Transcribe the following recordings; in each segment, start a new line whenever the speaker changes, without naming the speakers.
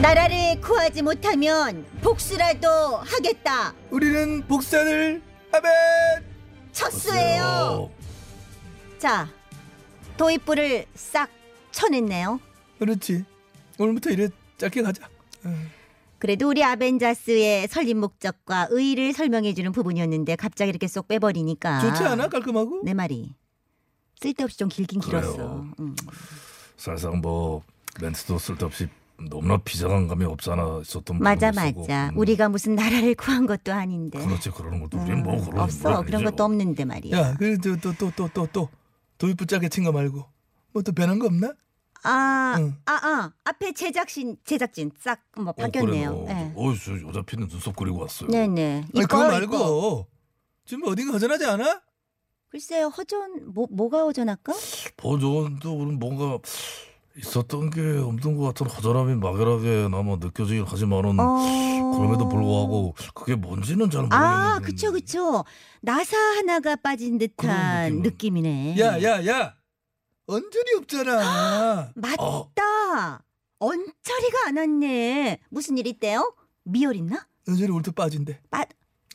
나라를 구하지 못하면 복수라도 하겠다.
우리는 복선을 하면
첫수예요. 자, 도입부를 싹 쳐냈네요.
그렇지. 오늘부터 이래 짧게 가자. 어.
그래도 우리 아벤자스의 설립 목적과 의의를 설명해주는 부분이었는데 갑자기 이렇게 쏙 빼버리니까
좋지 않아? 깔끔하고?
내 말이 쓸데없이 좀 길긴 길었어.
그래요.
음.
사실상 뭐 멘트도 쓸데없이 너무나 비장한 감이 없잖아 있었던
맞아
부분도 있었고.
맞아.
음,
우리가 무슨 나라를 구한 것도 아닌데.
그렇지 그러는 것도 우리는 뭐 그런
없어 그런 것도 없는데 말이야.
야, 그래도 또또 또 또 또 도입부 짧게 친 거 말고 뭐 또 변한 거
어,
없나?
아,
응.
아, 아, 앞에 제작진, 제작진 싹 뭐
어,
바뀌었네요.
그래,
예.
뭐. 어이 저 여자 피는 눈썹 그리고 왔어요
네네.
아니,
이거,
그거
이거.
말고 지금 어딘가 허전하지 않아?
글쎄요, 허전, 뭐, 뭐가 허전할까?
음. 보존도 우린 뭔가 있었던 게 없는 것 같은 허전함이 막연하게 나마 느껴지긴 하지만은
어.
그럼에도 불구하고 음, 그게 뭔지는 잘 모르겠는
아, 그쵸, 그쵸. 나사 하나가 빠진 듯한
그런
느낌이네.
야, 야, 야. 언저리 없잖아.
어.
맞다. 언저리가 안 왔네. 무슨 일 있대요? 미열 있나?
언저리 올때 빠진대.
빠,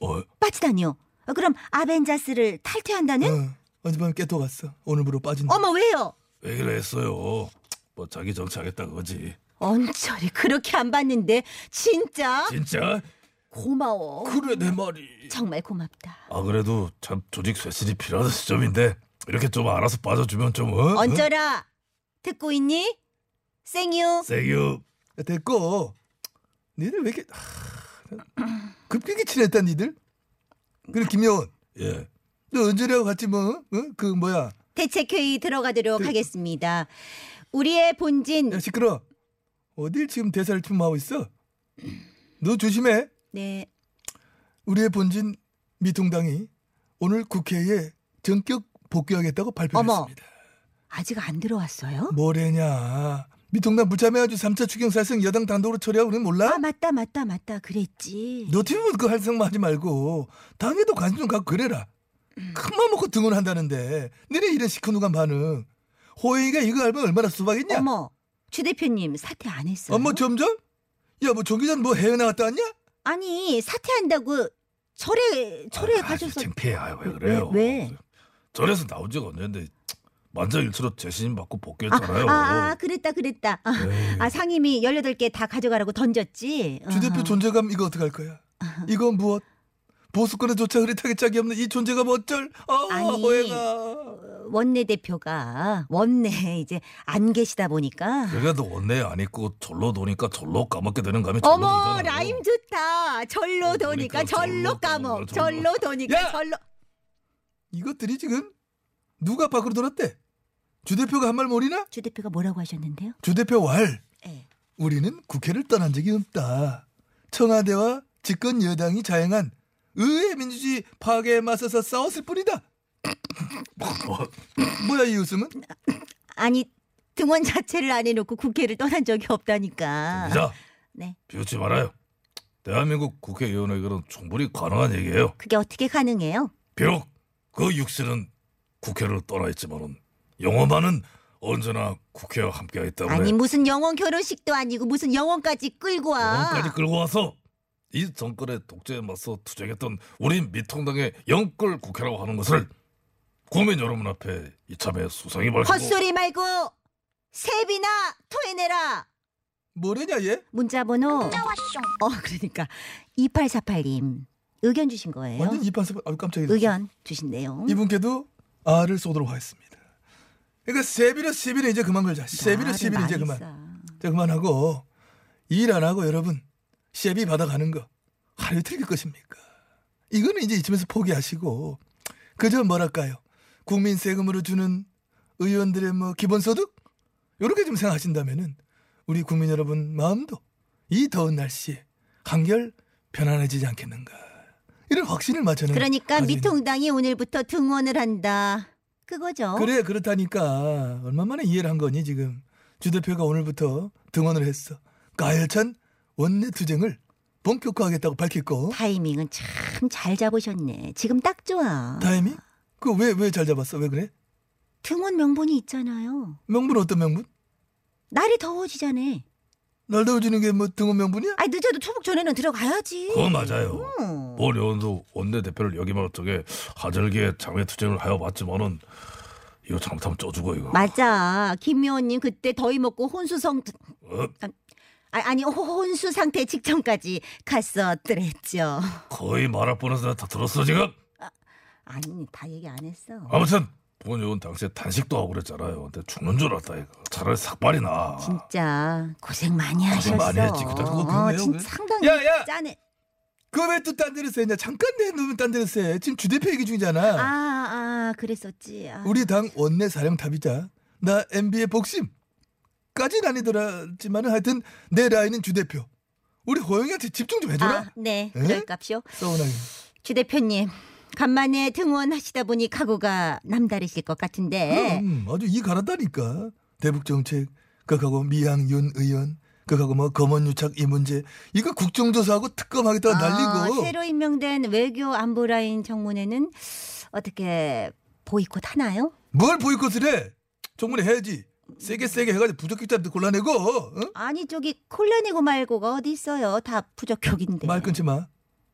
어,
빠지다니요. 어, 그럼 아벤자스를 탈퇴한다는?
음.
응. 어젯밤에 깨토갔어. 오늘부로 빠진대.
네? 어머, 왜요?
얘기를 했어요 뭐 자기 정치하겠다 그거지
언저리 그렇게 안 봤는데, 진짜?
진짜?
고마워.
그래 내 말이
아. 어. 정말 고맙다.
아 그래도 참 조직 쇄신이 필요한 시점인데 이렇게 좀 알아서 빠져주면 좀 어?
언저라 듣고 있니? 생유.
세규
야, 됐고 니들 왜 이렇게 하, 급격히 친했다 니들 그리고 김여원
예
너 은준이하고 같이 뭐 그 뭐야
대책회의 들어가도록
그
네.
하겠습니다. 우리의 본진
야
네.
시끄러 어딜 지금 대사를 틈하고 있어 너 조심해
네
우리의 본진 미통당이 오늘 국회에 전격 복귀하겠다고
어머
발표했습니다
아직 안 들어왔어요?
뭐래냐 미통당 불참해 가지고 3차 추경 살생 여당 단독으로 처리하고 우리 몰라?
아 맞다 맞다 맞다 그랬지.
너 팀은 그 할생만 하지 말고 당에도 관심 좀 갖고 그래라. 큰맘 먹고 등원한다는데 너네 이런 시큰둥한 반응. 호영이가 이거 알면 얼마나 수박이냐?
어머 최 대표님 사퇴 안 했어요?
엄마 점점? 야 뭐 정기전 뭐 해외 나갔다 왔냐?
아니 사퇴한다고 절에 절에
아, 아주
가셔서
창피해 아, 왜 그래요
왜, 왜?
절에서 나온 지가 언젠데 만장일치로 재신 받고
아,
복귀했잖아요 네.
아, 아 그랬다 그랬다. 아,
에이,
아 상임위 18개 다 가져가라고 던졌지.
주 대표
어허.
존재감 이거 어떡할 거야? 이건 무엇? 보수권에조차 흐릿하게 짝이 없는 이 존재감 어쩔? 아
아니.
호영아.
원내 대표가 원내 이제 안 계시다 보니까
그래도 원내 안 있고 절로 도니까 절로 까먹게 되는 감이 절로
어머
들잖아요.
라임 좋다
어,
절로 도니까
그러니까
절로
절로
까먹
까먹어,
절로
절로.
도니까
야!
절로
이것들이 지금 누가 밖으로 돌았대? 주 대표가 한 말 모르나?
주 대표가 뭐라고 하셨는데요?
주 대표 왈.
예.
우리는 국회를 떠난 적이 없다. 청와대와 집권 여당이 자행한 의회 민주주의 파괴에 맞서서 싸웠을 뿐이다. 뭐야 이 웃음은?
아니 등원 자체를 안 해놓고 국회를 떠난 적이 없다니까
자
네
비웃지 말아요 대한민국 국회의원에게는 충분히 가능한 얘기예요
그게 어떻게 가능해요?
비록 그 육신은 국회를 떠나 있지만은 영어만은 언제나 국회와 함께하기 때문에
아니 무슨 영원 결혼식도 아니고 무슨 영원까지 끌고 와
영까지 끌고 와서 이 정권의 독재에 맞서 투쟁했던 우리 미통당의 영끌 국회라고 하는 것을 국민 여러분 앞에 이참에 수상히 밝히고
헛소리 말고 세비나 토해내라
뭐래냐 얘?
문자번호 어 그러니까 2848님 의견 주신 거예요?
완전 이판세판. 아유 깜짝이야.
의견 주신 내용
이분께도 아를 쏘도록 하겠습니다. 그러니까 세비로 시비는 이제 그만 걸자. 세비로
아, 말을
시비는 이제
많이
그만.
써.
자 그만하고 일 안 하고 여러분 세비 받아가는 거 하루 이틀 될 것입니까? 이거는 이제 이쯤에서 포기하시고 그저 뭐랄까요 국민 세금으로 주는 의원들의 뭐 기본소득 이렇게 좀 생각하신다면은 우리 국민 여러분 마음도 이 더운 날씨에 한결 편안해지지 않겠는가 이런 확신을
네.
맞춰는
그러니까
과정이-
미통당이 오늘부터 등원을 한다. 그거죠.
그래 그렇다니까 얼마만에 이해를 한 거니 지금 주 대표가 오늘부터 등원을 했어 가열찬 원내 투쟁을 본격화하겠다고 밝혔고
타이밍은 참 잘 잡으셨네. 지금 딱 좋아.
타이밍 그왜 왜 잘 잡았어 왜 그래
등원 명분이 있잖아요.
명분 어떤 명분
날이 더워지잖아.
날 더워지는 게 뭐 등원 명분이야
아니 늦어도 초복 전에는 들어가야지.
그거 맞아요. 뭐.
어.
오려원도 원내 대표를 여기만 어쩌게 하절기에 장외 투쟁을 하여 봤지만은 이거 잘못하면 쪄죽어 이거.
맞아. 김미원님 그때 더위 먹고 혼수성
어,
아, 아니 호- 혼수 상태 직전까지 갔었더랬죠.
거의 말할 뻔해서 내가 다 들었어 지금.
아니 다 얘기 안 했어.
아무튼 본요원 당시에 단식도 하고 그랬잖아요. 근데 죽는 줄 알았다 이거. 차라리 삭발이나.
진짜 고생 많이 하셨어.
고생 많이 했지. 그때 그거
어,
그거예요,
진짜
그게?
상당히
야, 야!
짠해.
그거 왜 또 딴 데로 써 했냐 잠깐 내 놈은 딴 데로 써 지금 주 대표 얘기 중이잖아
아, 아, 그랬었지. 아.
우리 당 원내 사령 탑이자 나 MB의 복심 까진 아니더라지만 하여튼 내 라인은 주 대표 우리 호영이한테 집중 좀 해줘라
아, 네.
에?
그럴값이요.
서운하게
주 대표님, 간만에 등원하시다 보니 각오가 남다르실 것 같은데.
음, 아주 이 갈았다니까 대북 정책 그하고 미양윤 의원 그하고 뭐 검언유착 이 문제 이거 국정조사하고 특검하겠다고
어,
난리고
새로 임명된 외교 안보 라인 정문회는 어떻게 보이콧 하나요?
뭘 보이콧을 해 정문에 해야지 세게 세게 해가지고 부적격자들 골라내고 어?
아니 저기 콜라내고 말고가 어디 있어요? 다 부적격인데.
말 끊지 마.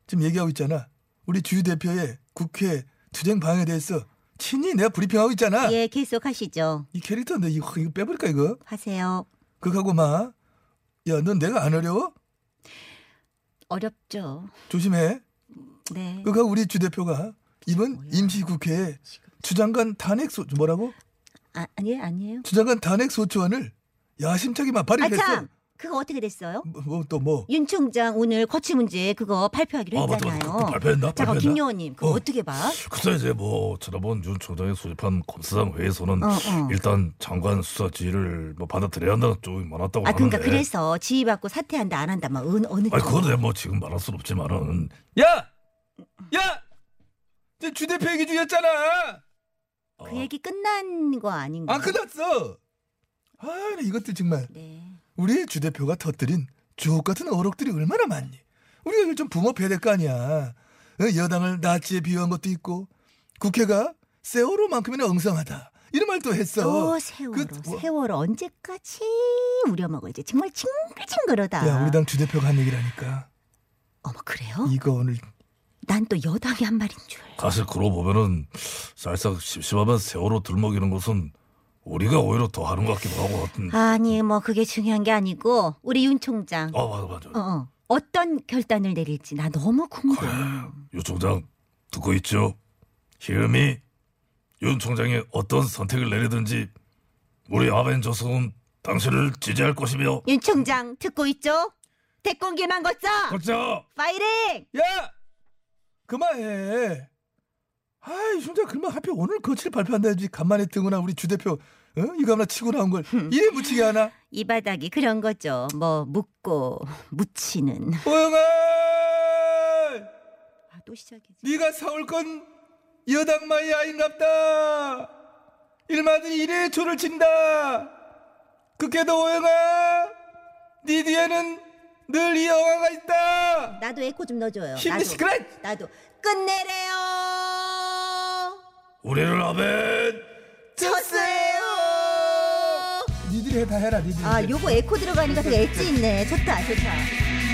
지금 얘기하고 있잖아. 우리 주 대표의 국회 투쟁 방향에 대해서 친히 내가 브리핑하고 있잖아.
예, 계속하시죠.
이 캐릭터인데 이거, 이거 빼버릴까 이거?
하세요.
그거하고 마. 야, 넌 내가 안 어려워?
어렵죠.
조심해.
네.
그거 우리 주 대표가 이번
뭐야.
임시 국회에
지금.
주장관 탄핵 소 뭐라고?
아, 아니 아니에요.
주장관 탄핵 소추안을 야심차게 막
아
발의했어.
참. 그거 어떻게 됐어요?
뭐 또 뭐?
윤 총장 오늘 거치 문제 그거 발표하기로
아 맞다 맞다.
했잖아요.
그거 발표했나?
잠깐
발표했나?
김요원님 그거
어.
어. 떻게 봐?
그래서 이제 뭐 지난번 윤 총장이 소집한 검사장 회의에서는
어, 어.
일단 장관 수사 지휘를 뭐 받아들여야 한다는 쪽이 많았다고
아
하는데.
그러니까 그래서 지휘 받고 사퇴한다 안 한다 막 은, 어느
어, 아니
쪽?
그거는 내가 뭐 지금 말할 순 없지만은
야! 야! 주 대표 얘기 중이었잖아.
어,
그 얘기 끝난 거 아닌가?
안 끝났어. 아, 나 이것들 정말
네.
우리의 주 대표가 터뜨린 주옥 같은 어록들이 얼마나 많니? 우리가 이걸 좀 붐업해야 될 거 아니야. 어, 여당을 나치에 비유한 것도 있고 국회가 세월호만큼이나 엉성하다 이런 말 또 했어.
또 세월호
그- 뭐-
세월호 언제까지 우려먹을지 정말 징글징글하다.
야, 우리 당 주 대표가 한 얘기라니까.
아. 어머 그래요?
이거 오늘
난 또 여당이 한 말인 줄.
사실 그러고 보면은 살짝 심심하면 세월호 들먹이는 것은 우리가 오히려 더 하는 것 같기도 하고 하여튼
아니 뭐 그게 중요한 게 아니고 우리 윤 총장
아 맞아 맞아
어, 어. 어떤 결단을 내릴지 나 너무 궁금해.
유 총장 듣고 있죠? 희음이 윤 총장이 어떤 선택을 내리든지 우리 아벤저스는 당신을 지지할 것이며
윤 총장 듣고 있죠? 대권기만 걷자.
각자
파이팅!
야 그만해. 아이 진짜 그만 하필 오늘 거칠 발표한다 해지 간만에 등원한 우리 주 대표 어? 이거 하나 치고 나온 걸 이래 묻히게 하나?
이 바닥이 그런 거죠. 뭐 묻고 묻히는.
호영아
아 또 시작이지.
네가 사올 건 여당마이 아인갑다 일마들이 이래 초를 친다 그께도 호영아 네 뒤에는 늘 이 영화가 있다
나도 에코 좀 넣어줘요.
힘내
나도.
시끄러
나도 끝내래요.
우리를 아벤
쳤어요.
니들이 해 다 해라 니들이
啊 아 요거 에코 들어가니까 되게 엣지 있네. 좋다 좋다.